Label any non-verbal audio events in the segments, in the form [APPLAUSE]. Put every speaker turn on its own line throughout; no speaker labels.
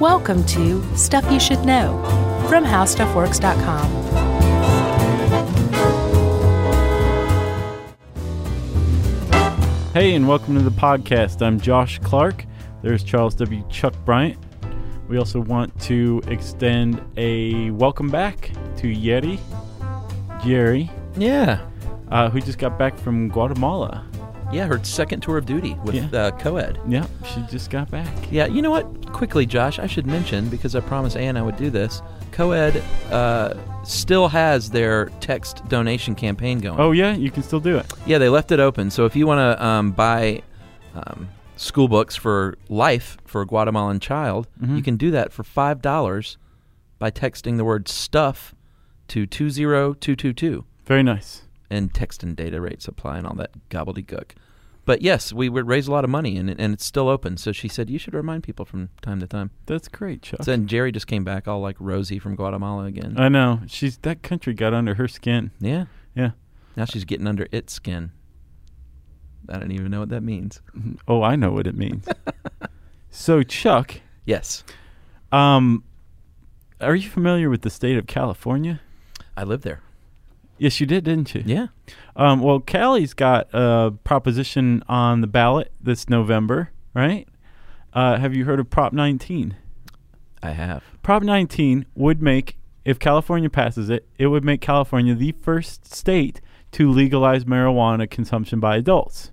Welcome to Stuff You Should Know from HowStuffWorks.com.
Hey, and welcome to the podcast. I'm Josh Clark. There's Charles W. Chuck Bryant. We also want to extend a welcome back to Yeti, Jerry,
Yeah.
uh, who just got back from Guatemala.
Yeah, her second tour of duty with
Yeah.
uh, Coed.
Yep, she just got back.
Yeah, you know what? Quickly, Josh, I should mention, because I promised Ann I would do this, Coed uh, still has their text donation campaign going.
Oh, yeah, you can still do it.
Yeah, they left it open. So if you want to um, buy um, school books for life for a Guatemalan child,
Mm-hmm.
you can do that for $5 by texting the word stuff to 20222.
Very nice.
and text and data rates apply and all that gobbledygook. But yes, we would raise a lot of money and, and it's still open. So she said you should remind people from time to time.
That's great, Chuck.
So then Jerry just came back all like rosy from Guatemala again.
I know. She's that country got under her skin.
yeah.
Yeah.
Now she's getting under its skin. I don't even know what that means.
Oh, I know what it means. so, Chuck,
Yes.
um, are you familiar with the state of California?
I live there.
Yes, you did, didn't you?
Yeah.
Um, well, Cali's got a proposition on the ballot this November, right? Uh, have you heard of Prop 19?
I have.
Prop 19 would make, if California passes it, it would make California the first state to legalize marijuana consumption by adults.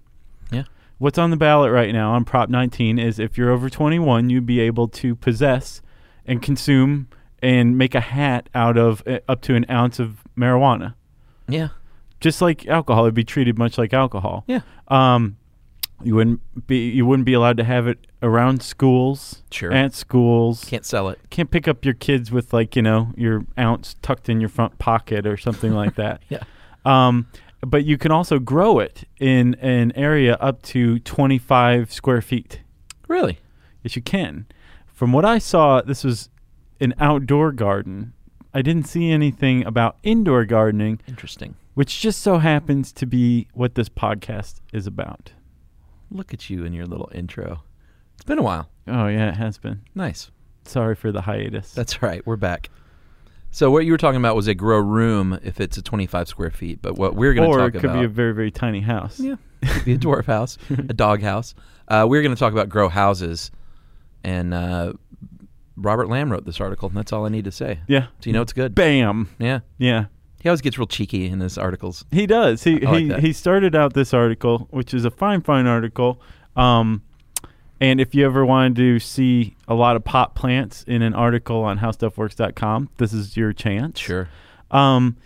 Yeah.
What's on the ballot right now on Prop 19 is if you're over 21, you'd be able to possess and consume and make a hat out of uh, up to an ounce of marijuana.
Yeah.
Just like alcohol, it'd be treated much like alcohol.
Yeah.
Um, you wouldn't be you wouldn't be allowed to have it around schools,
Sure.
at schools. Can't,
Can't sell it.
pick up your kids with like you know your ounce tucked in your front pocket or something [LAUGHS] like that.
Yeah.
Um, but you can also grow it in an area up to 25 square feet.
Really?
Yes, you can. From what I saw, this was an outdoor garden. I didn't see anything about indoor gardening,
Interesting.
which just so happens to be what this podcast is about.
Look at you in your little intro. It's been a while.
Oh yeah, it has been.
Nice.
Sorry for the hiatus.
That's right. We're back. So what you were talking about was a grow room if it's a 25 square feet, but what we're going to
or
talk
it could
about
be a very very tiny house.
[LAUGHS] yeah, could be a dwarf house,
[LAUGHS]
a dog house. Uh, we're going to talk about grow houses, and uh, Robert Lamb wrote this article. And that's all I need to say.
Yeah.
So you know it's good.
Bam.
Yeah,
Yeah.
he always gets real cheeky in his articles.
He does. He
I like
he,
that.
he started out this article, which is a fine fine article. Um, and if you ever wanted to see a lot of pot plants in an article on howstuffworks.com, this is your chance.
Sure.
Um,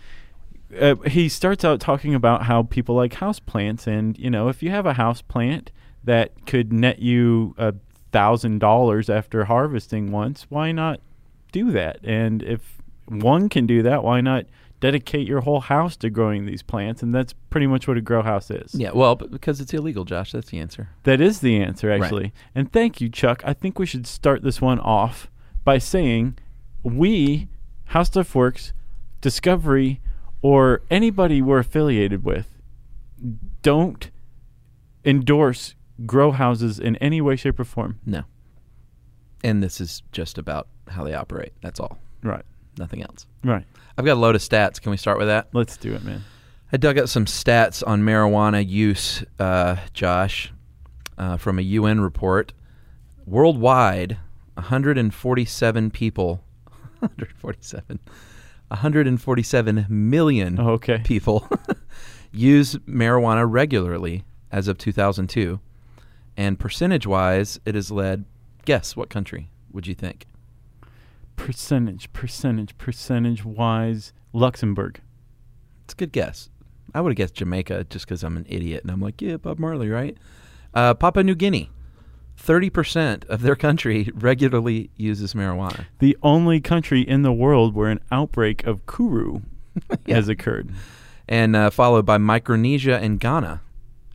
uh, he starts out talking about how people like houseplants, and you know, if you have a houseplant that could net you a thousand dollars after harvesting once, why not do that? And if one can do that, why not dedicate your whole house to growing these plants? And that's pretty much what a grow house is.
Yeah. Well, b- because it's illegal, Josh. That's the answer.
That is the answer, actually. And thank you, Chuck. I think we should start this one off by saying we, How Stuff Works, Discovery, or anybody we're affiliated with, don't endorse grow houses in any way, shape, or form.
No. And this is just about how they operate. That's all.
Right.
Nothing else.
Right.
I've got a load of stats. Can we start with that?
Let's do it, man.
I dug up some stats on marijuana use, uh, Josh, uh, from a UN report. Worldwide, 147 people, [LAUGHS] 147, 147 million
Oh, okay.
people [LAUGHS] use marijuana regularly as of 2002. And percentage wise, it has led, guess what country would you think?
Percentage, percentage, percentage wise, Luxembourg.
It's a good guess. I would have guessed Jamaica just because I'm an idiot and I'm like, yeah, Bob Marley, right? Uh, Papua New Guinea, 30% of their country [LAUGHS] regularly uses marijuana.
The only country in the world where an outbreak of kuru
Yeah.
has occurred.
And uh, followed by Micronesia and Ghana.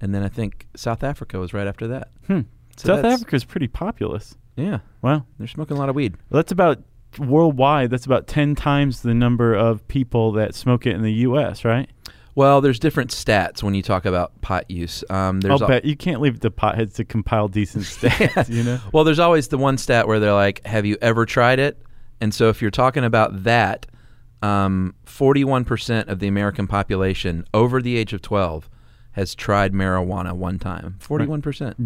And then I think South Africa was right after that.
Hmm.
So
South
that's-
Africa's pretty populous.
Yeah,
Wow.
they're smoking a lot of weed.
That's about worldwide, that's about 10 times the number of people that smoke it in the U.S., right?
Well, there's different stats when you talk about pot use. Um, there's
I'll
al-
bet you can't leave the potheads to compile decent stats. You know,
[LAUGHS] Well, there's always the one stat where they're like, "Have you ever tried it?" And so, if you're talking about that, um, 41% of the American population over the age of 12 has tried marijuana one time. 41%.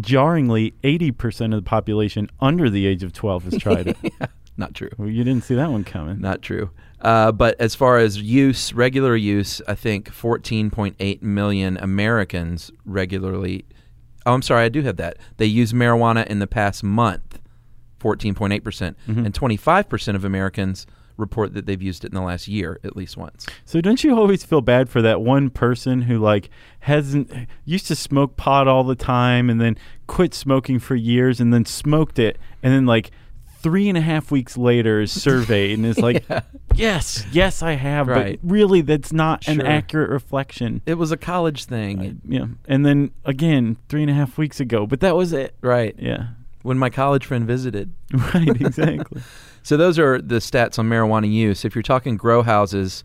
[LAUGHS] jarringly, eighty percent of the population under the age of twelve has tried
[LAUGHS]
it.
Not true.
Well, you didn't see that one coming.
Not true. Uh, but as far as use, regular use, I think 14.8 million Americans regularly. Oh, I'm sorry, I do have that. They use marijuana in the past month, 14.8%. percent And 25% of Americans report that they've used it in the last year at least once.
So don't you always feel bad for that one person who like hasn't used to smoke pot all the time and then quit smoking for years and then smoked it and then like three and a half weeks later is surveyed
[LAUGHS]
and is like, yes, yes, I have,
Right.
but really that's not an
Sure.
accurate reflection.
It was a college thing.
Yeah, and then again three and a half weeks ago, but that was it.
right.
Yeah, [LAUGHS]
When my college friend visited.
right, exactly.
So those are the stats on marijuana use. If you're talking grow houses,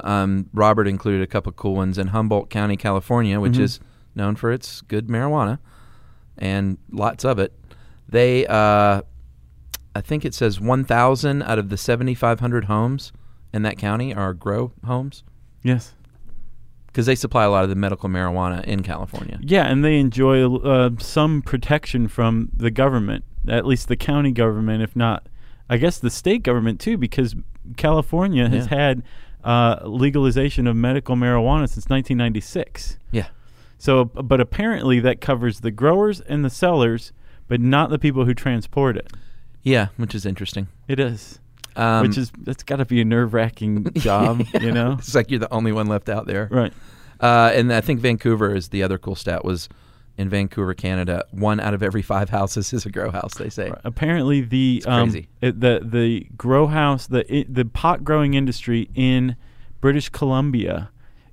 um, Robert included a couple cool ones in Humboldt County, California,
Mm-hmm.
which is known for its good marijuana and lots of it. They, uh, I think it says 1,000 out of the 7,500 homes in that county are grow homes
yes.
because they supply a lot of the medical marijuana in California.
Yeah, and they enjoy uh, some protection from the government, at least the county government, if not, I guess the state government too, because California has
Yeah.
had uh, legalization of medical marijuana since 1996.
Yeah.
So, uh, but apparently that covers the growers and the sellers, but not the people who transport it.
Yeah, which is interesting.
It is,
Um,
which is that's got to be a nerve wracking
[LAUGHS]
job, you know?
It's like you're the only one left out there.
Right.
Uh, and I think Vancouver is the other cool stat was in Vancouver, Canada, one out of every five houses is a grow house. They say.
Apparently, the um,
crazy.
it- the the grow house, the i the pot growing industry in British Columbia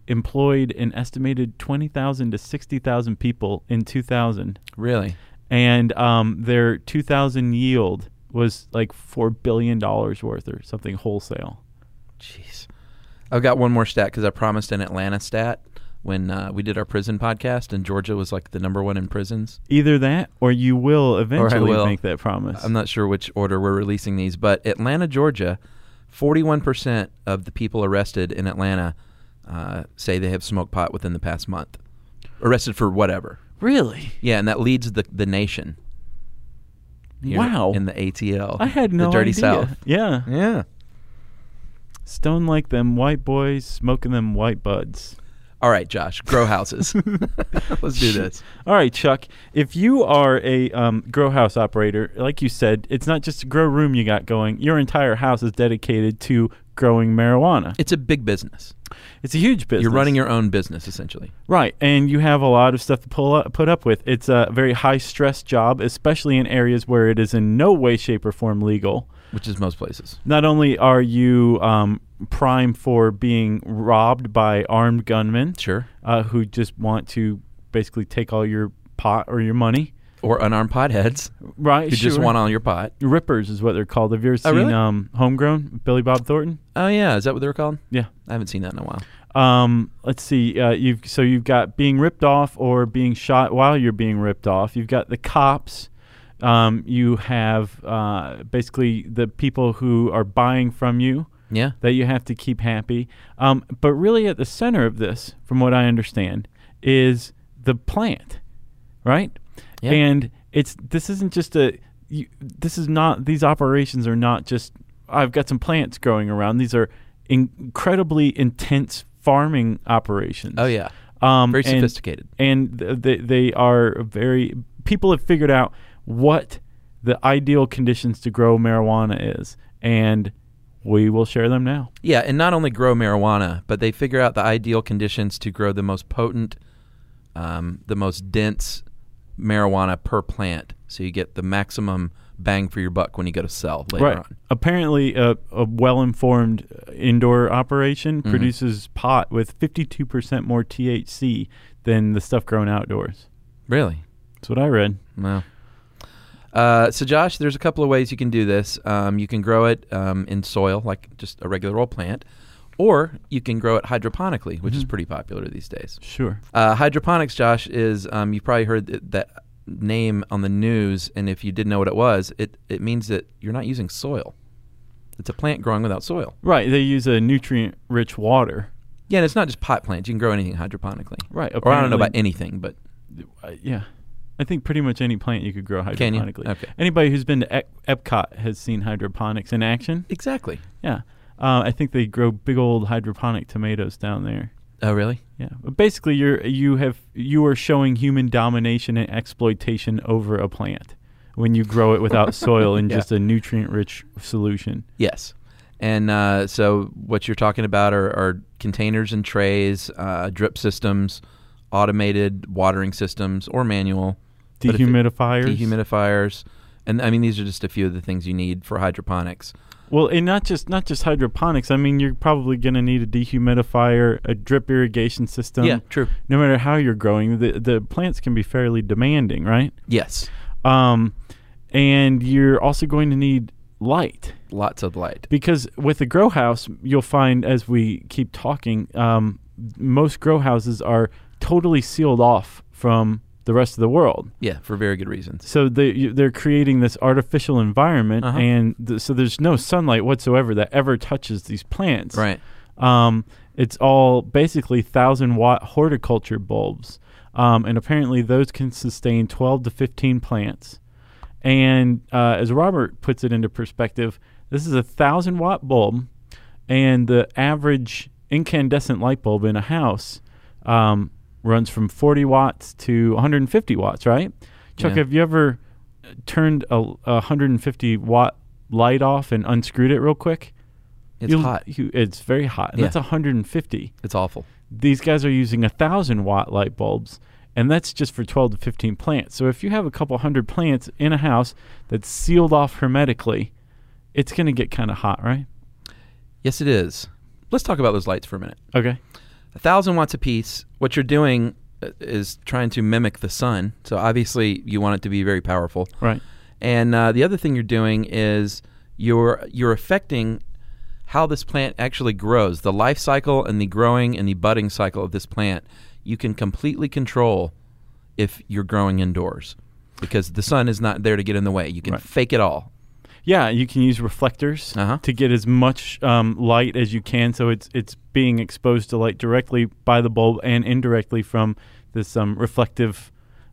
employed an estimated twenty thousand to sixty thousand people in two thousand,
Really?
and um, their two thousand yield was like four billion dollars worth or something wholesale.
Jeez. I've got one more stat because I promised an Atlanta stat when uh, we did our prison podcast, and Georgia was like the number one in prisons.
Either that, or you will eventually
will.
make that promise.
I'm not sure which order we're releasing these, but Atlanta, Georgia, 41% of the people arrested in Atlanta uh, say they have smoked pot within the past month. Arrested for whatever.
really?
Yeah, and that leads the the nation. Here
Wow.
In the ATL.
I had no
The dirty
idea.
South.
Yeah,
Yeah.
stone like them white boys smoking them white buds.
All right, Josh. Grow houses.
[LAUGHS]
Let's do this.
All right, Chuck. If you are a um, grow house operator, like you said, it's not just a grow room you got going. Your entire house is dedicated to growing marijuana.
It's a big business.
It's a huge business.
You're running your own business essentially.
right, and you have a lot of stuff to pull up, put up with. It's a very high stress job, especially in areas where it is in no way, shape, or form legal.
Which is most places.
Not only are you um, prime for being robbed by armed gunmen
Sure.
uh, who just want to basically take all your pot or your money.
Or unarmed potheads
Right,
who just
sure.
want all your pot.
Rippers is what they're called. Have you ever
Oh,
seen
really?
um, Homegrown? Billy Bob Thornton.
Oh yeah, is that what they're called?
Yeah.
I haven't seen that in a while.
Um, let's see. Uh, you've so you've got being ripped off or being shot while you're being ripped off. You've got the cops. Um, you have uh, basically the people who are buying from you
Yeah.
that you have to keep happy. Um, but really, at the center of this, from what I understand, is the plant, right?
Yeah.
And it's this isn't just a you, this is not these operations are not just I've got some plants growing around. These are in- incredibly intense farming operations.
Oh yeah.
um,
Very
and-
sophisticated.
and th- they they are very people have figured out what the ideal conditions to grow marijuana is, and we will share them now.
Yeah, and not only grow marijuana, but they figure out the ideal conditions to grow the most potent, um, the most dense marijuana per plant. So you get the maximum bang for your buck when you go to sell later
Right.
on.
Apparently, a, a well-informed uh, indoor operation
Mm-hmm.
produces pot with 52% more THC than the stuff grown outdoors.
Really?
That's what I read.
Wow. Uh, so, Josh, there's a couple of ways you can do this. Um, you can grow it um, in soil, like just a regular old plant, Or you can grow it hydroponically, which is pretty popular these days.
Sure.
Uh, hydroponics, Josh, is um, you've probably heard that, that name on the news, and if you didn't know what it was, it, it means that you're not using soil. It's a plant growing without soil.
Right. They use a nutrient rich water.
Yeah, and it's not just pot plants. You can grow anything hydroponically.
Right.
Or I don't know about
apparently-
anything, but
uh, yeah. I think pretty much any plant you could grow
Can you?
hydroponically.
Okay.
Anybody who's been to Ep- Epcot has seen hydroponics in action.
exactly.
Yeah. Uh, I think they grow big old hydroponic tomatoes down there.
Oh, really?
Yeah. But basically you're you have you are showing human domination and exploitation over a plant when you grow it
[LAUGHS]
without soil in
Yeah.
just a nutrient rich solution.
Yes. And uh, so what you're talking about are, are containers and trays, uh, drip systems, automated watering systems, or manual But if it-
Dehumidifiers.
dehumidifiers. And I mean, these are just a few of the things you need for hydroponics.
Well, and not just not just hydroponics. I mean, you're probably going to need a dehumidifier, a drip irrigation system.
Yeah, true.
No matter how you're growing, the the plants can be fairly demanding, right?
Yes.
Um, and you're also going to need light
Lots of light.
because with the grow house, you'll find as we keep talking, um, most grow houses are totally sealed off from the rest of the world.
Yeah, for very good reasons.
So they you- they're creating this artificial environment,
Uh-huh.
and th- so there's no sunlight whatsoever that ever touches these plants.
Right.
Um, it's all basically thousand watt horticulture bulbs, um, and apparently those can sustain twelve to fifteen plants. And uh, as Robert puts it into perspective, this is a thousand watt bulb, and the average incandescent light bulb in a house um, runs from forty watts to one hundred and fifty watts. Right, Chuck?
Yeah.
Have you ever uh, turned a, a hundred and fifty watt light off and unscrewed it real quick?
It's
You'll-
hot.
you- it's very hot. And
Yeah.
That's 150.
It's awful.
These guys are using a thousand watt light bulbs, and that's just for 12 to 15 plants. So if you have a couple hundred plants in a house that's sealed off hermetically, it's going to get kind of hot, right?
Yes, it is. Let's talk about those lights for a minute.
Okay.
a thousand watts apiece. What you're doing uh, is trying to mimic the sun. So obviously, you want it to be very powerful.
Right.
And uh, the other thing you're doing is you're you're affecting how this plant actually grows, the life cycle and the growing and the budding cycle of this plant. You can completely control if you're growing indoors because the sun is not there to get in the way. You can
Right.
fake it all.
Yeah, you can use reflectors
Uh-huh.
to get as much um, light as you can, so it's it's being exposed to light directly by the bulb and indirectly from this um, reflective,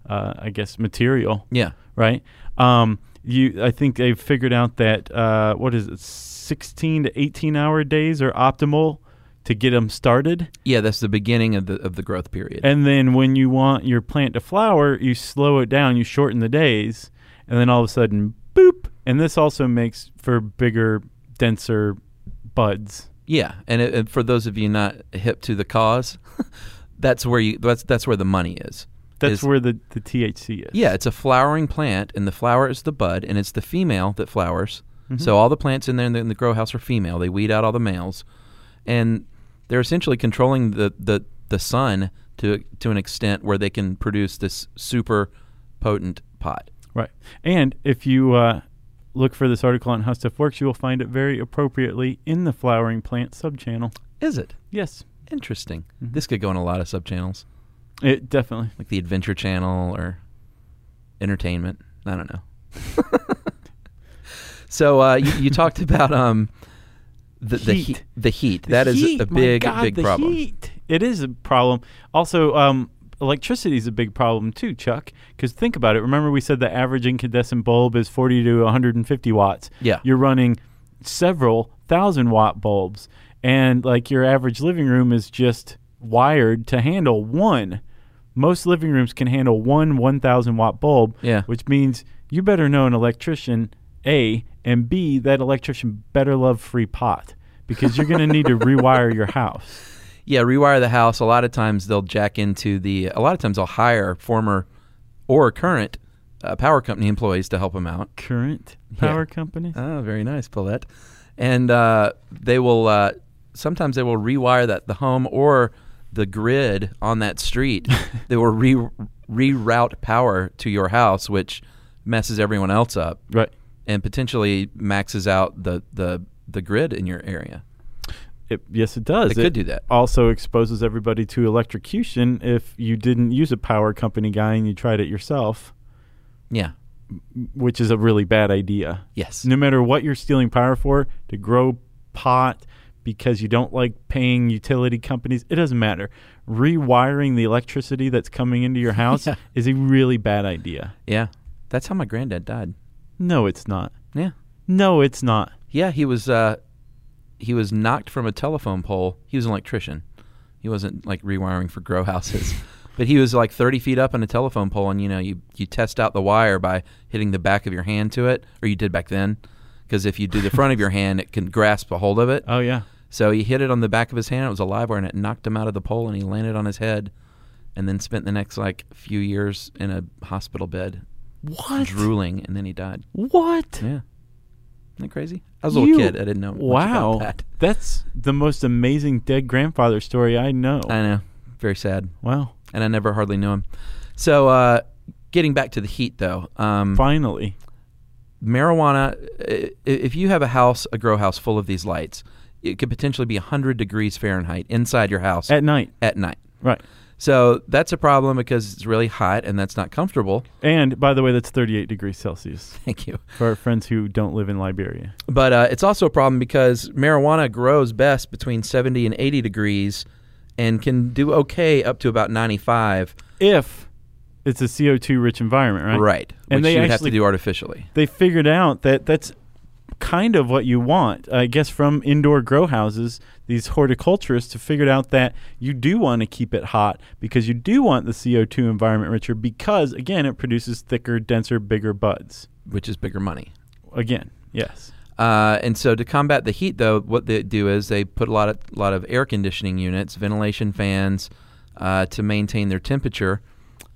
uh, I guess, material.
Yeah.
right? Um, you, I think they've figured out that uh, what is it, sixteen to eighteen hour days are optimal to get them started,
Yeah, that's the beginning of the of the growth period.
and then when you want your plant to flower, you slow it down, you shorten the days, and then all of a sudden, boop! And this also makes for bigger, denser buds.
Yeah, and, it, and for those of you not hip to the cause, [LAUGHS] that's where you that's that's where the money is.
That's
Is-
where the, the THC is.
Yeah, it's a flowering plant, and the flower is the bud, and it's the female that flowers. So all the plants in there in the, in the grow house are female. They weed out all the males, and they're essentially controlling the the, the sun to to an extent where they can produce this super potent pot.
Right. And if you uh, look for this article on How Stuff Works, you will find it very appropriately in the flowering plant subchannel.
Is it Mm-hmm.
Yes,
interesting? This could go in a lot of sub channels,
it definitely.
like the Adventure Channel or Entertainment. I don't know. [LAUGHS] So uh, you,
[LAUGHS]
you talked about um, the the
Heat.
heat. the heat. That is
Heat,
a
my
big
God,
big
the
problem.
heat. It is a problem. Also, um, electricity is a big problem too, Chuck. Because think about it. Remember, we said the average incandescent bulb is 40 to 150 watts.
Yeah.
You're running several thousand watt bulbs, and like your average living room is just wired to handle one. Most living rooms can handle one 1,000 watt bulb.
Yeah.
Which means you better know an electrician, A, and B, that electrician better love free pot because you're going to need to
[LAUGHS]
rewire your house.
Yeah, rewire the house. A lot of times they'll jack into the. A lot of times they'll hire former or current uh, power company employees to help them out.
Current power company?
Oh, very nice, Paulette. And uh, they will. Uh, sometimes they will rewire that the home or the grid on that street. they will re- reroute power to your house, which messes everyone else up.
Right.
and potentially maxes out the the the grid in your area.
It, yes, it does.
They
it
could do that.
Also exposes everybody to electrocution if you didn't use a power company guy and you tried it yourself,
Yeah.
which is a really bad idea.
Yes.
No matter what you're stealing power for, to grow pot because you don't like paying utility companies, it doesn't matter. Rewiring the electricity that's coming into your house
[LAUGHS] Yeah.
is a really bad idea.
Yeah. That's how my granddad died.
No, it's not.
Yeah.
No, it's not.
Yeah, he was uh, he was knocked from a telephone pole. He was an electrician. He wasn't like rewiring for grow houses, but he was like thirty feet up on a telephone pole, and you know you you test out the wire by hitting the back of your hand to it, or you did back then, because if you do the front of your hand, it can grasp a hold of it.
Oh yeah.
So he hit it on the back of his hand. It was a live wire, and it knocked him out of the pole, and he landed on his head, and then spent the next like few years in a hospital bed,
What?
drooling, and then he died.
What?
Yeah. Isn't that crazy? I was a little
You-
kid. I didn't know. much
Wow.
about that.
That's the most amazing dead grandfather story I know.
I know. Very sad.
wow.
And I never hardly knew him. So, uh, getting back to the heat, though, um,
Finally.
marijuana, i- i- if you have a house, a grow house full of these lights, it could potentially be 100 degrees Fahrenheit inside your house
At night.
at night.
Right.
So, that's a problem because it's really hot and that's not comfortable. [LAUGHS]
And by the way, that's 38 degrees Celsius
Thank you.
for our friends who don't live in Liberia.
But uh, it's also a problem because marijuana grows best between 70 and 80 degrees and can do okay up to about 95.
If it's a CO2 rich environment, right? And
which
they
you would have
actually-
to do artificially.
They figured out that that's kind of what you want. I guess from indoor grow houses, these horticulturists have figured out that you do want to keep it hot because you do want the CO2 environment richer because, again, it produces thicker, denser, bigger buds.
which is bigger money.
Again, yes.
Uh, and so to combat the heat, though, what they do is they put a lot of lot of air conditioning units, ventilation fans, uh, to maintain their temperature.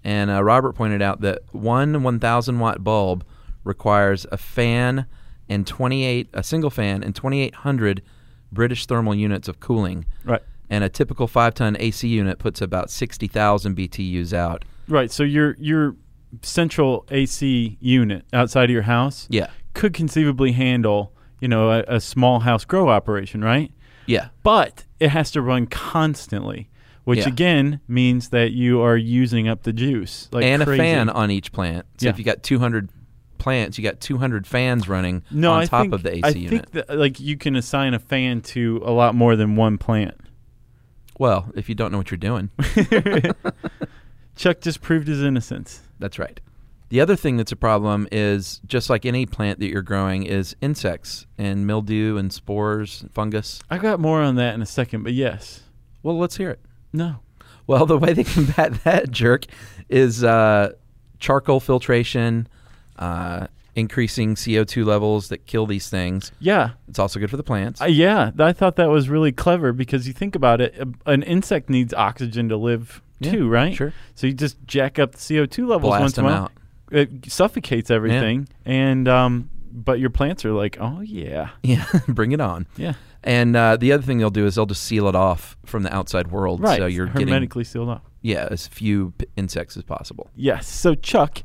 And uh, Robert pointed out that one 1,000 watt bulb requires a fan and 28 a single fan and 2,800 British thermal units of cooling.
Right.
And a typical five ton AC unit puts about 60,000 BTUs out.
Right. So your your central AC unit outside of your house
Yeah,
could conceivably handle, you know, a, a small house grow operation, right?
yeah,
But it has to run constantly, which
Yeah.
again means that you are using up the juice like
and
crazy.
a fan on each plant. So
Yeah.
if you got 200 plants, you got 200 fans running
No,
on
I
top
think,
of the AC
I
unit.
think that like you can assign a fan to a lot more than one plant.
well, if you don't know what
[LAUGHS]
you're doing,
Chuck just proved his innocence.
that's right. The other thing that's a problem is just like any plant that you're growing is insects and mildew and spores, fungus.
I got more on that in a second, but yes.
Well, let's hear it.
No.
Well, [LAUGHS] the way they combat that jerk is uh, charcoal filtration, uh, increasing CO2 levels that kill these things.
Yeah.
It's also good for the plants.
Uh, yeah, th- I thought that was really clever because you think about it, a- an insect needs oxygen to live
Yeah,
too, right?
sure.
So you just jack up the CO two levels
Blast
once in a
them
while.
out. [LAUGHS]
It suffocates everything, and um, but your plants are like, oh yeah,
yeah, bring it on.
yeah,
And uh, the other thing they'll do is they'll just seal it off from the outside world,
right.
so you're getting
hermetically sealed up.
yeah as few p- insects as possible.
Yes. So Chuck,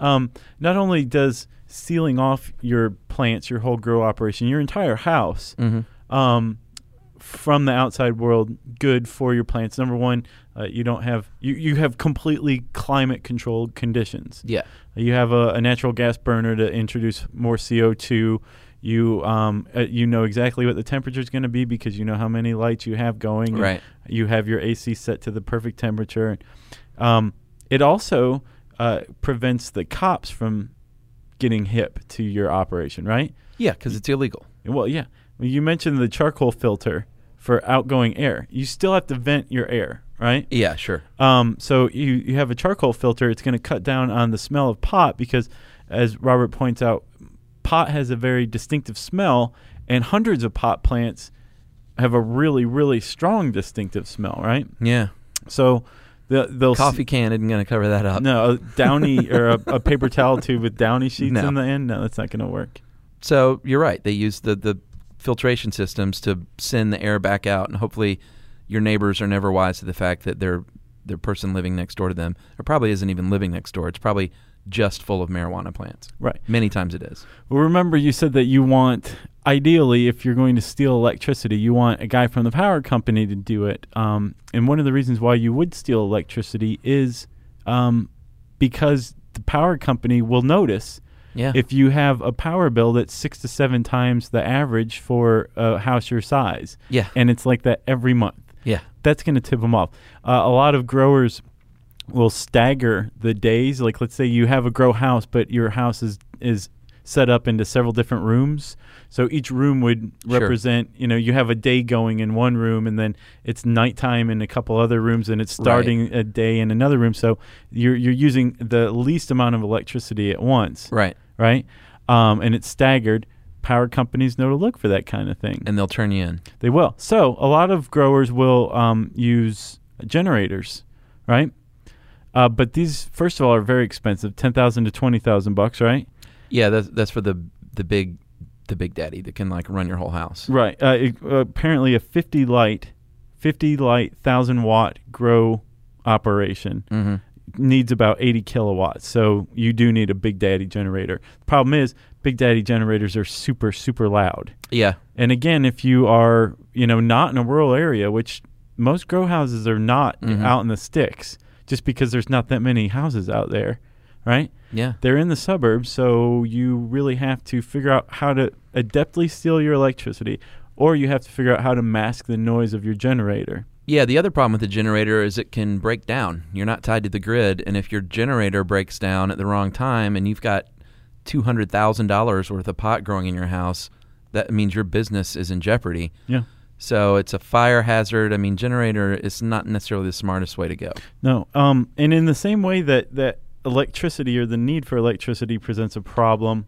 um, not only does sealing off your plants, your whole grow operation, your entire house, um, from the outside world, good for your plants. Number one, uh, you don't have you, you have completely climate controlled conditions.
Yeah,
You have a, a natural gas burner to introduce more CO two. You um, uh, you know exactly what the temperature is going to be because you know how many lights you have going. and
Right.
You have your AC set to the perfect temperature. Um, it also uh, prevents the cops from getting hip to your operation, right?
yeah, because it's illegal.
Well, yeah. Well, you mentioned the charcoal filter for outgoing air. You still have to vent your air, right?
Yeah, sure.
Um, so you, you have a charcoal filter. It's going to cut down on the smell of pot because, as Robert points out, pot has a very distinctive smell, and hundreds of pot plants have a really, really strong distinctive smell, right?
Yeah,
So the, they'll s-
coffee can isn't going to cover that up.
no, a downy or a,
[LAUGHS]
a paper towel tube with downy sheets
No.
in the end. No, that's not going to work.
So you're right. They use the the filtration systems to send the air back out, and hopefully, your neighbors are never wise to the fact that their their person living next door to them or probably isn't even living next door. It's probably just full of marijuana plants.
Right.
Many times it is.
Well, remember you said that you want ideally, if you're going to steal electricity, you want a guy from the power company to do it. Um, and one of the reasons why you would steal electricity is um, because the power company will notice
Yeah.
if you have a power bill that's six to seven times the average for a house your size.
Yeah.
And it's like that every month
yeah.
that's going to tip them off. Uh, a lot of growers will stagger the days. Like, let's say you have a grow house, but your house is is set up into several different rooms. So each room would
Sure.
represent, you know, you have a day going in one room, and then it's nighttime in a couple other rooms, and it's starting a day in another room. So you're you're using the least amount of electricity at once,
Right.
right? Um, and it's staggered. Power companies know to look for that kind of thing.
And they'll turn you in.
They will. So a lot of growers will um, use generators, right? Uh, but these, first of all, are very expensive ten thousand to twenty thousand bucks, right?
Yeah, that's that's for the the big the big daddy that can like run your whole house.
Right. Uh, it- apparently, a fifty light, fifty light thousand watt grow operation
Mm-hmm.
needs about 80 kilowatts. So you do need a big daddy generator. Problem is, big daddy generators are super super loud.
Yeah.
And again, if you are, you know, not in a rural area, which most grow houses are not
Mhm.
out in the sticks, just because there's not that many houses out there, right?
Yeah.
They're in the suburbs, so you really have to figure out how to adeptly steal your electricity, or you have to figure out how to mask the noise of your generator.
Yeah, the other problem with the generator is it can break down. You're not tied to the grid, and if your generator breaks down at the wrong time and you've got $200,000 worth of pot growing in your house, that means your business is in jeopardy.
Yeah.
So it's a fire hazard. I mean, generator is not necessarily the smartest way to go.
No. Um, and in the same way that, that electricity or the need for electricity presents a problem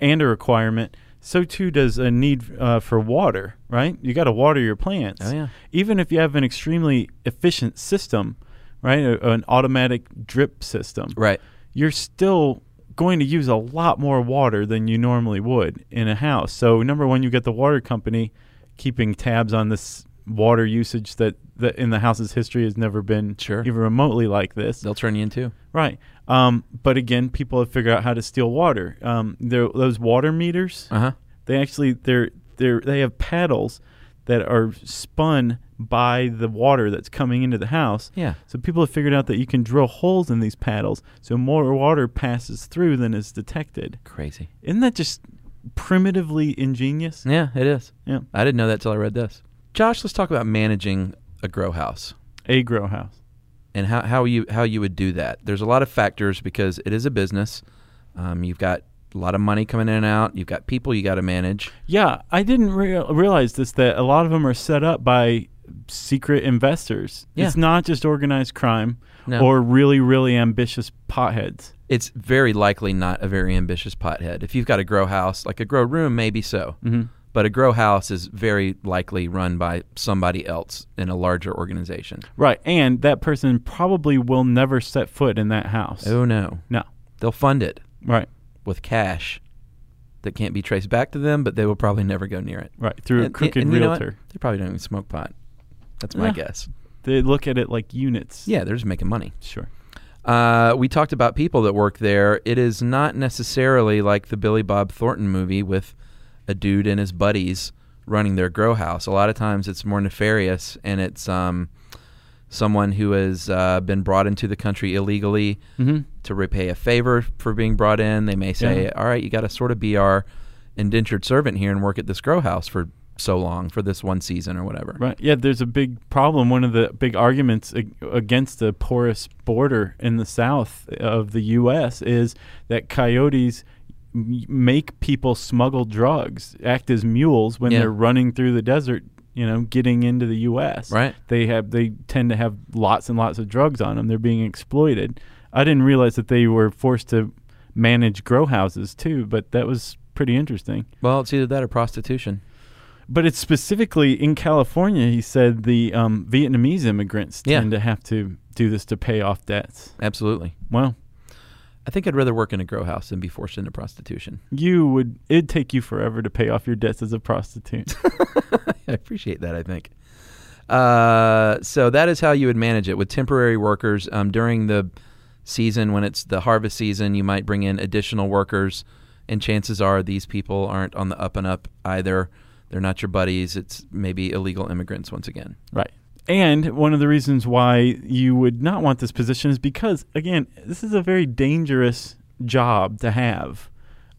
and a requirement, so too does a need uh, for water, right? You got to water your plants.
Oh, yeah.
Even if you have an extremely efficient system, right, a, an automatic drip system,
Right.
you're still going to use a lot more water than you normally would in a house. So number one, you get the water company keeping tabs on this water usage that, that in the house's history has never been
Sure.
even remotely like this.
They'll turn you in too.
Right. Um, but again, people have figured out how to steal water. Um, there- those water meters,
Uh huh.
they actually they're they're they have paddles that are spun by the water that's coming into the house.
Yeah.
So people have figured out that you can drill holes in these paddles, so more water passes through than is detected.
Crazy.
Isn't that just primitively ingenious?
Yeah, it is.
Yeah.
I didn't know that till I read this. Josh, let's talk about managing a grow house.
A grow house.
and how, how you how you would do that. There's a lot of factors because it is a business. Um, you've got a lot of money coming in and out. You've got people you got to manage.
Yeah, I didn't rea- realize this that a lot of them are set up by secret investors.
Yeah.
It's not just organized crime
No.
or really really ambitious potheads.
It's very likely not a very ambitious pothead. If you've got a grow house, like a grow room, maybe so. Mm-hmm. But a grow house is very likely run by somebody else in a larger organization.
Right, and that person probably will never set foot in that house.
Oh no,
No.
they'll fund it
Right.
with cash that can't be traced back to them, but they will probably never go near it.
Right, through a
And-
crooked
and you know what?
realtor.
they probably don't even smoke pot. That's my
Yeah.
guess.
They look at it like units.
Yeah, they're just making money.
Sure.
Uh, we talked about people that work there. It is not necessarily like the Billy Bob Thornton movie with a dude and his buddies running their grow house. A lot of times it's more nefarious and it's um, someone who has uh, been brought into the country illegally
Mhm.
to repay a favor for being brought in. They may say,
Yeah.
all right, you got to sort of be our indentured servant here and work at this grow house for so long for this one season or whatever.
Right. Yeah, there's a big problem. One of the big arguments ag- against the porous border in the south uh, of the U.S. is that coyotes m- make people smuggle drugs, act as mules when
Yeah.
they're running through the desert. You know, getting into the U.S.
Right.
They have they tend to have lots and lots of drugs on them. They're being exploited. I didn't realize that they were forced to manage grow houses too, but that was pretty interesting.
Well, it's either that or prostitution.
But it's specifically in California. He said the um, Vietnamese immigrants
Yeah.
tend to have to do this to pay off debts.
Absolutely.
Well,
I think I'd rather work in a grow house than be forced into prostitution. [LAUGHS]
you would. It'd take you forever to pay off your debts as a prostitute.
I appreciate that. I think. Uh, so that is how you would manage it with temporary workers um, during the season when it's the harvest season. You might bring in additional workers and chances are these people aren't on the up and up either. They're not your buddies. It's maybe illegal immigrants once again.
Right. And one of the reasons why you would not want this position is because, again, this is a very dangerous job to have.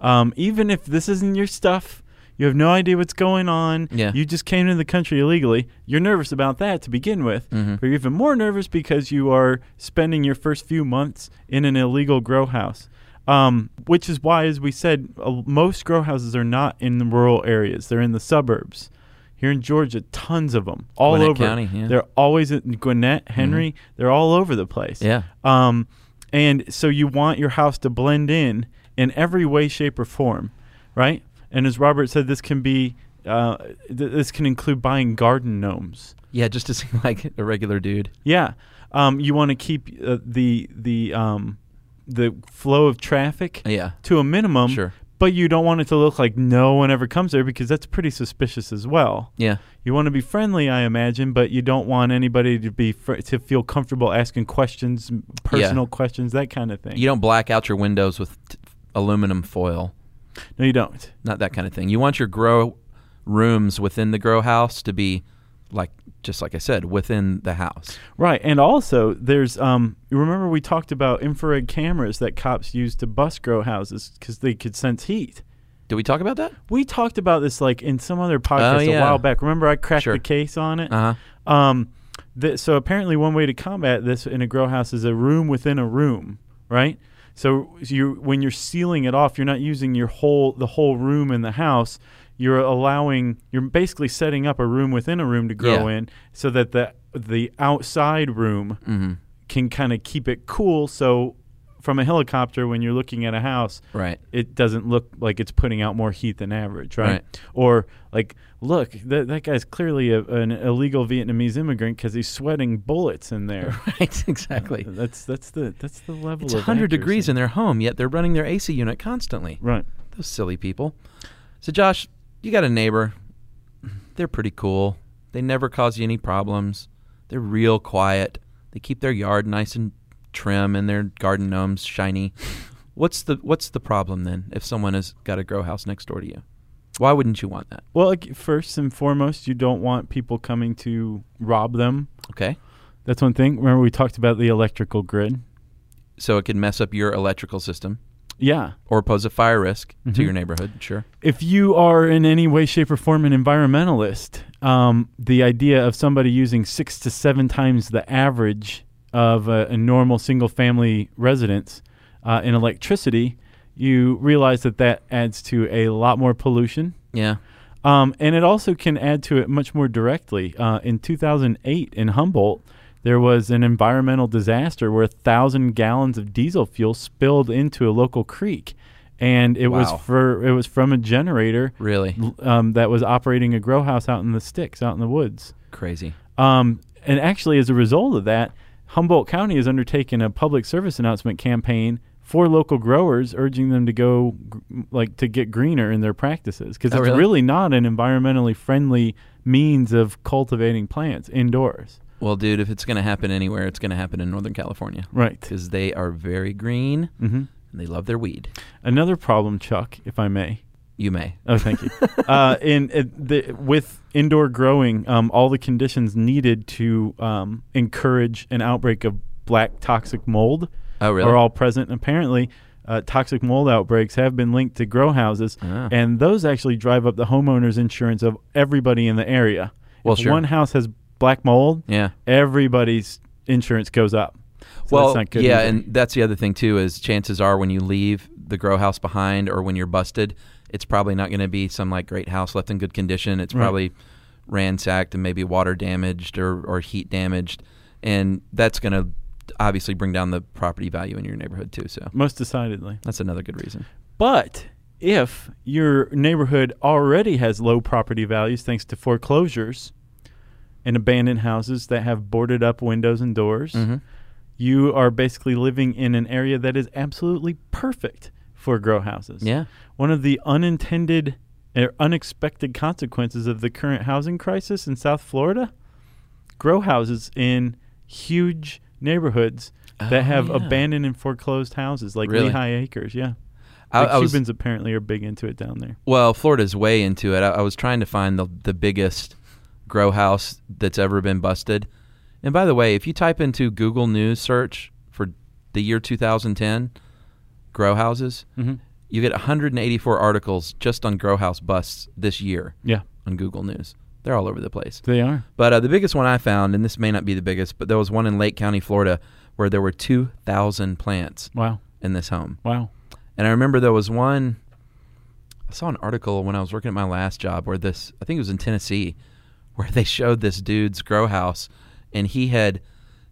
Um, even if this isn't your stuff, you have no idea what's going on.
Yeah.
You just came into the country illegally. You're nervous about that to begin with. But you're even more nervous because you are spending your first few months in an illegal grow house. Um, which is why, as we said, uh, most grow houses are not in the rural areas, they're in the suburbs. Here in Georgia, tons of them all
Gwinnett
over.
County, yeah. Mm-hmm.
They're always in Gwinnett, Henry. They're all over the place.
Yeah.
Um, and so you want your house to blend in in every way, shape, or form, right? And as Robert said, this can be uh, th- this can include buying garden gnomes.
Yeah, just to [LAUGHS] seem like a regular dude.
Yeah. Um, you want to keep uh, the the um, the flow of traffic
Yeah.
to a minimum.
Sure.
But you don't want it to look like no one ever comes there because that's pretty suspicious as well.
Yeah.
You want to be friendly, I imagine, but you don't want anybody to be fr- to feel comfortable asking questions, m- personal questions, that kind of thing.
You don't black out your windows with t- aluminum foil.
no, you don't.
Not that kind of thing. You want your grow rooms within the grow house to be like just like I said, within the house.
Right, and also there's um. you Remember we talked about infrared cameras that cops use to bust grow houses because they could sense heat.
Did we talk about that?
We talked about this like in some other podcast
Oh, yeah.
a while back. Remember I cracked
Sure.
the case on it.
Uh huh.
Um, th- so apparently, one way to combat this in a grow house is a room within a room, right? So you, when you're sealing it off, you're not using your whole the whole room in the house. You're allowing, you're basically setting up a room within a room to grow
Yeah.
in, so that the the outside room can kind of keep it cool. So from a helicopter, when you're looking at a house,
Right.
it doesn't look like it's putting out more heat than average, right?
Right.
Or like, look, that that guy's clearly a, an illegal Vietnamese immigrant because he's sweating bullets in there.
[LAUGHS] [LAUGHS] Right, exactly.
that's that's the that's the level.
It's
of
100 degrees
accuracy.
in their home, yet they're running their AC unit constantly.
right.
Those silly people. So, Josh, you got a neighbor. They're pretty cool. They never cause you any problems. They're real quiet. They keep their yard nice and trim and their garden gnomes shiny. What's the What's the problem then? If someone has got a grow house next door to you, why wouldn't you want that?
Well, like, first and foremost, you don't want people coming to rob them.
Okay,
That's one thing. Remember, we talked about the electrical grid.
so it could mess up your electrical system
Yeah.
or pose a fire risk
Mhm.
to your neighborhood. Sure.
if you are in any way, shape, or form an environmentalist, um, the idea of somebody using six to seven times the average of a, a normal single family residence uh, in electricity, you realize that that adds to a lot more pollution.
Yeah.
Um, and it also can add to it much more directly. Uh, in 2008 in Humboldt, there was an environmental disaster where a thousand gallons of diesel fuel spilled into a local creek, and it was
Wow.
for it was from a generator
Really
l- um, that was operating a grow house out in the sticks, out in the woods.
crazy.
Um, and actually, as a result of that, Humboldt County has undertaken a public service announcement campaign for local growers, urging them to go gr- like to get greener in their practices because
Oh,
it's
really?
really not an environmentally friendly means of cultivating plants indoors.
Well, dude, if it's going to happen anywhere, it's going to happen in Northern California.
Right.
because they are very green
hmm
and they love their weed.
Another problem, Chuck, if I may.
You may.
Oh, thank you.
[LAUGHS]
uh, in, in the, with indoor growing, um, all the conditions needed to um, encourage an outbreak of black toxic mold
Oh, really?
are all present. And apparently, uh, toxic mold outbreaks have been linked to grow houses,
Ah.
and those actually drive up the homeowner's insurance of everybody in the area.
Well,
if
sure.
one house has black mold,
yeah.
everybody's insurance goes up. So
well,
that's not good
yeah,
either.
and that's the other thing too is chances are when you leave the grow house behind or when you're busted, it's probably not going to be some like great house left in good condition. It's
Right.
probably ransacked and maybe water damaged or or heat damaged, and that's going to obviously bring down the property value in your neighborhood too. So
most decidedly.
that's another good reason.
But if your neighborhood already has low property values thanks to foreclosures and abandoned houses that have boarded up windows and doors,
Mm-hmm.
you are basically living in an area that is absolutely perfect for grow houses.
Yeah.
One of the unintended or unexpected consequences of the current housing crisis in South Florida grow houses in huge neighborhoods that
Oh,
have
yeah.
abandoned and foreclosed houses like
Really?
Lehigh Acres. Yeah.
I,
Like
I was
Cubans apparently are big into it down there.
well, Florida's way into it. I, I was trying to find the the biggest grow house that's ever been busted. And by the way, if you type into Google News search for the year 2010 grow houses,
Mhm.
you get 184 articles just on grow house busts this year
Yeah,
on Google News. They're all over the place.
they are.
But uh, the biggest one I found, and this may not be the biggest, but there was one in Lake County, Florida, where there were 2,000 plants
Wow,
in this home.
wow.
And I remember there was one. I saw an article when I was working at my last job where this, I think it was in Tennessee, [LAUGHS] where they showed this dude's grow house, and he had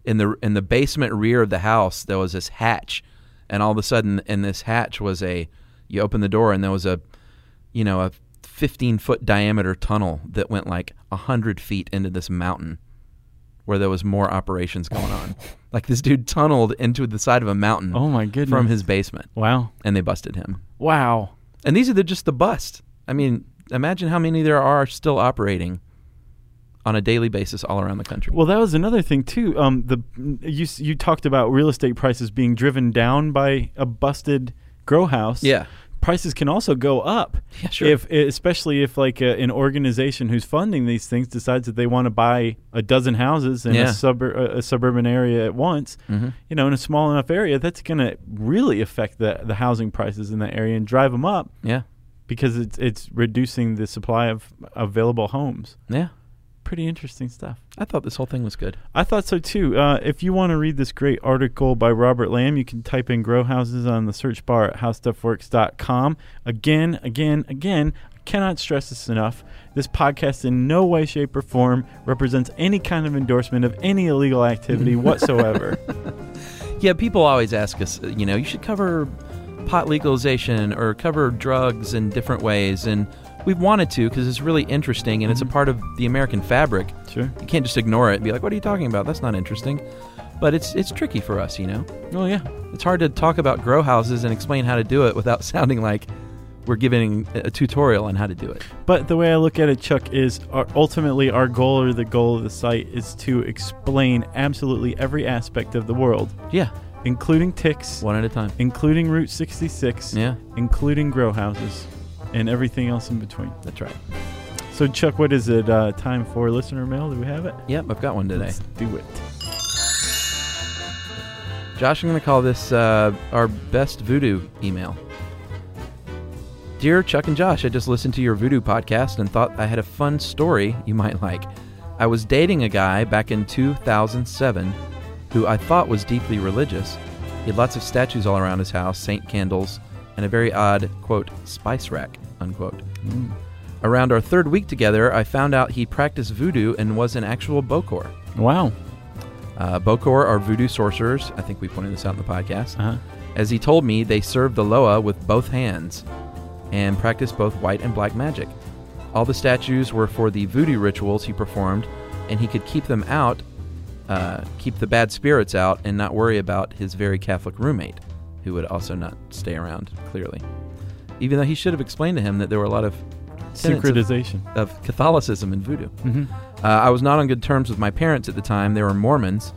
in the in the basement rear of the house there was this hatch, and all of a sudden in this hatch was a, you open the door and there was a, you know a. 15 foot diameter tunnel that went like 100 feet into this mountain where there was more operations
[LAUGHS]
going on. like this dude tunneled into the side of a mountain
Oh my goodness.
from his basement
wow,
and they busted him.
wow.
And these are the, just the bust. I mean, imagine how many there are still operating on a daily basis all around the country.
Well, that was another thing too. Um, the you s- you talked about real estate prices being driven down by a busted grow house.
yeah,
prices can also go up.
Yeah, sure.
If e, especially if like a, an organization who's funding these things decides that they want to buy a dozen houses in
Yeah.
a, subur- a, a suburban area at once,
Mm-hmm.
you know, in a small enough area, that's going to really affect the the housing prices in that area and drive them up
yeah,
because it's it's reducing the supply of available homes.
yeah.
Pretty interesting stuff.
I thought this whole thing was good.
I thought so too. Uh, if you want to read this great article by Robert Lamb, you can type in grow houses on the search bar at howstuffworks.com. Again, again, again, I cannot stress this enough. This podcast in no way, shape, or form represents any kind of endorsement of any illegal activity whatsoever.
Yeah, people always ask us, you know, you should cover pot legalization or cover drugs in different ways, and we've wanted to because it's really interesting and it's a part of the American fabric.
sure.
You can't just ignore it and be like, "What are you talking about? That's not interesting." But it's it's tricky for us, you know.
Oh, yeah.
It's hard to talk about grow houses and explain how to do it without [LAUGHS] sounding like we're giving a a tutorial on how to do it.
But the way I look at it, Chuck, is our, ultimately our goal or the goal of the site is to explain absolutely every aspect of the world,
Yeah,
including ticks,
one at a time.
including Route 66.
Yeah,
including grow houses and everything else in between.
that's right.
So, Chuck, what is it? Uh, time for listener mail? Do we have it?
Yep, I've got one today.
Let's do it.
Josh, I'm going to call this uh, our best voodoo email. Dear Chuck and Josh, I just listened to your voodoo podcast and thought I had a fun story you might like. I was dating a guy back in 2007 who I thought was deeply religious. He had lots of statues all around his house, saint candles, and a very odd, quote, spice rack, unquote. Around our third week together, I found out he practiced voodoo and was an actual Bokor.
Wow.
Uh, Bokor are voodoo sorcerers. I think we pointed this out in the podcast.
Uh-huh.
As he told me, they serve the Loa with both hands and practice both white and black magic. All the statues were for the voodoo rituals he performed, and he could keep them out, uh, keep the bad spirits out, and not worry about his very Catholic roommate, who would also not stay around, clearly. Even though he should have explained to him that there were a lot of tenets of-
Synchronization.
of Catholicism and voodoo.
Mhm.
Uh, I was not on good terms with my parents at the time. They were Mormons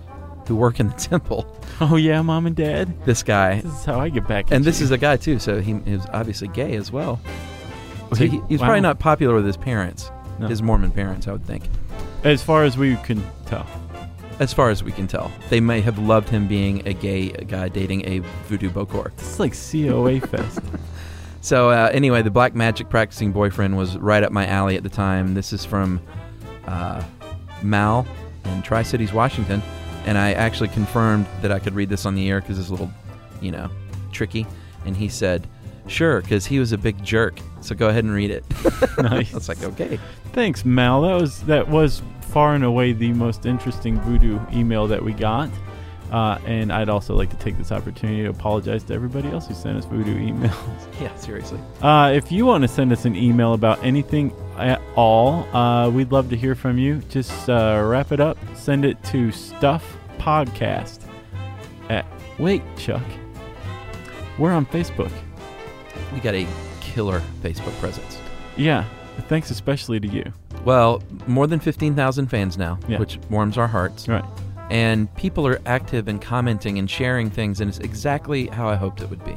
who work in the [LAUGHS] temple.
Oh, yeah, mom and dad.
This guy,
This is how I get back.
and this is a guy too, so he is obviously gay as well. So he, he's probably not popular with his parents,
No.
his Mormon parents, I would think.
As far as we can tell.
As far as we can tell, they may have loved him being a gay guy dating a voodoo bokor.
This is like COA Fest.
[LAUGHS] So uh, anyway, the black magic practicing boyfriend was right up my alley at the time. This is from uh, Mal in Tri Cities, Washington, and I actually confirmed that I could read this on the air because it's a little, you know, tricky. And he said, "Sure," because he was a big jerk. So go ahead and read it. [LAUGHS]
Nice.
It's like okay,
Thanks, Mal. That was that was far and away the most interesting voodoo email that we got. Uh, and I'd also like to take this opportunity to apologize to everybody else who sent us voodoo [LAUGHS] emails.
yeah, seriously.
Uh, if you want to send us an email about anything at all, uh, we'd love to hear from you. Just uh, wrap it up. Send it to stuffpodcast at. Wait, Chuck. We're on Facebook.
We got a killer Facebook presence.
Yeah. Thanks especially to you.
Well, more than fifteen thousand fans now,
Yeah.
which warms our hearts.
Right.
and people are active and commenting and sharing things, and it's exactly how I hoped it would be.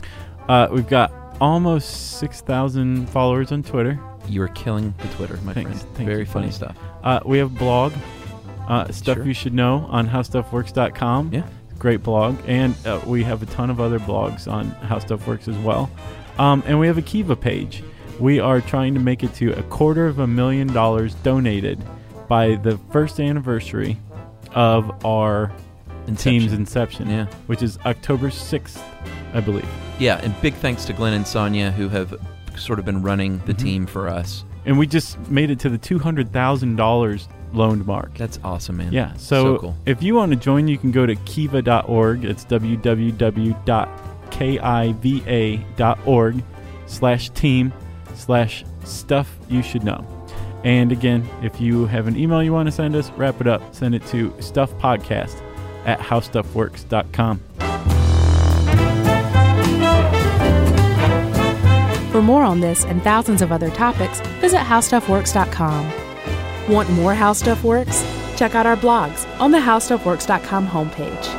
Uh, we've got almost 6,000 followers on Twitter.
You are killing the Twitter, my
Thanks.
friend.
Thank
Very
you,
funny
buddy.
stuff.
Uh, we have a blog, uh, Stuff
Sure.
You Should Know on HowStuffWorks.com.
Yeah.
Great blog. And uh, we have a ton of other blogs on How Stuff Works as well. Um, and we have a Kiva page. We are trying to make it to a quarter of a million dollars donated by the first anniversary of our team's inception,
Inception. Yeah.
which is October 6th, I believe.
Yeah, and big thanks to Glenn and Sonia who have sort of been running
Mm-hmm.
the team for us.
And we just made it to the $200,000 loaned mark.
That's awesome, man.
Yeah. So,
so cool.
if you want to join, you can go to kiva.org. It's www.kiva.org slash team slash stuff you should know. And again, if you have an email you want to send us, wrap it up. Send it to stuffpodcast at howstuffworks.com.
For more on this and thousands of other topics, visit howstuffworks.com. Want more How Stuff Works? Check out our blogs on the howstuffworks.com homepage.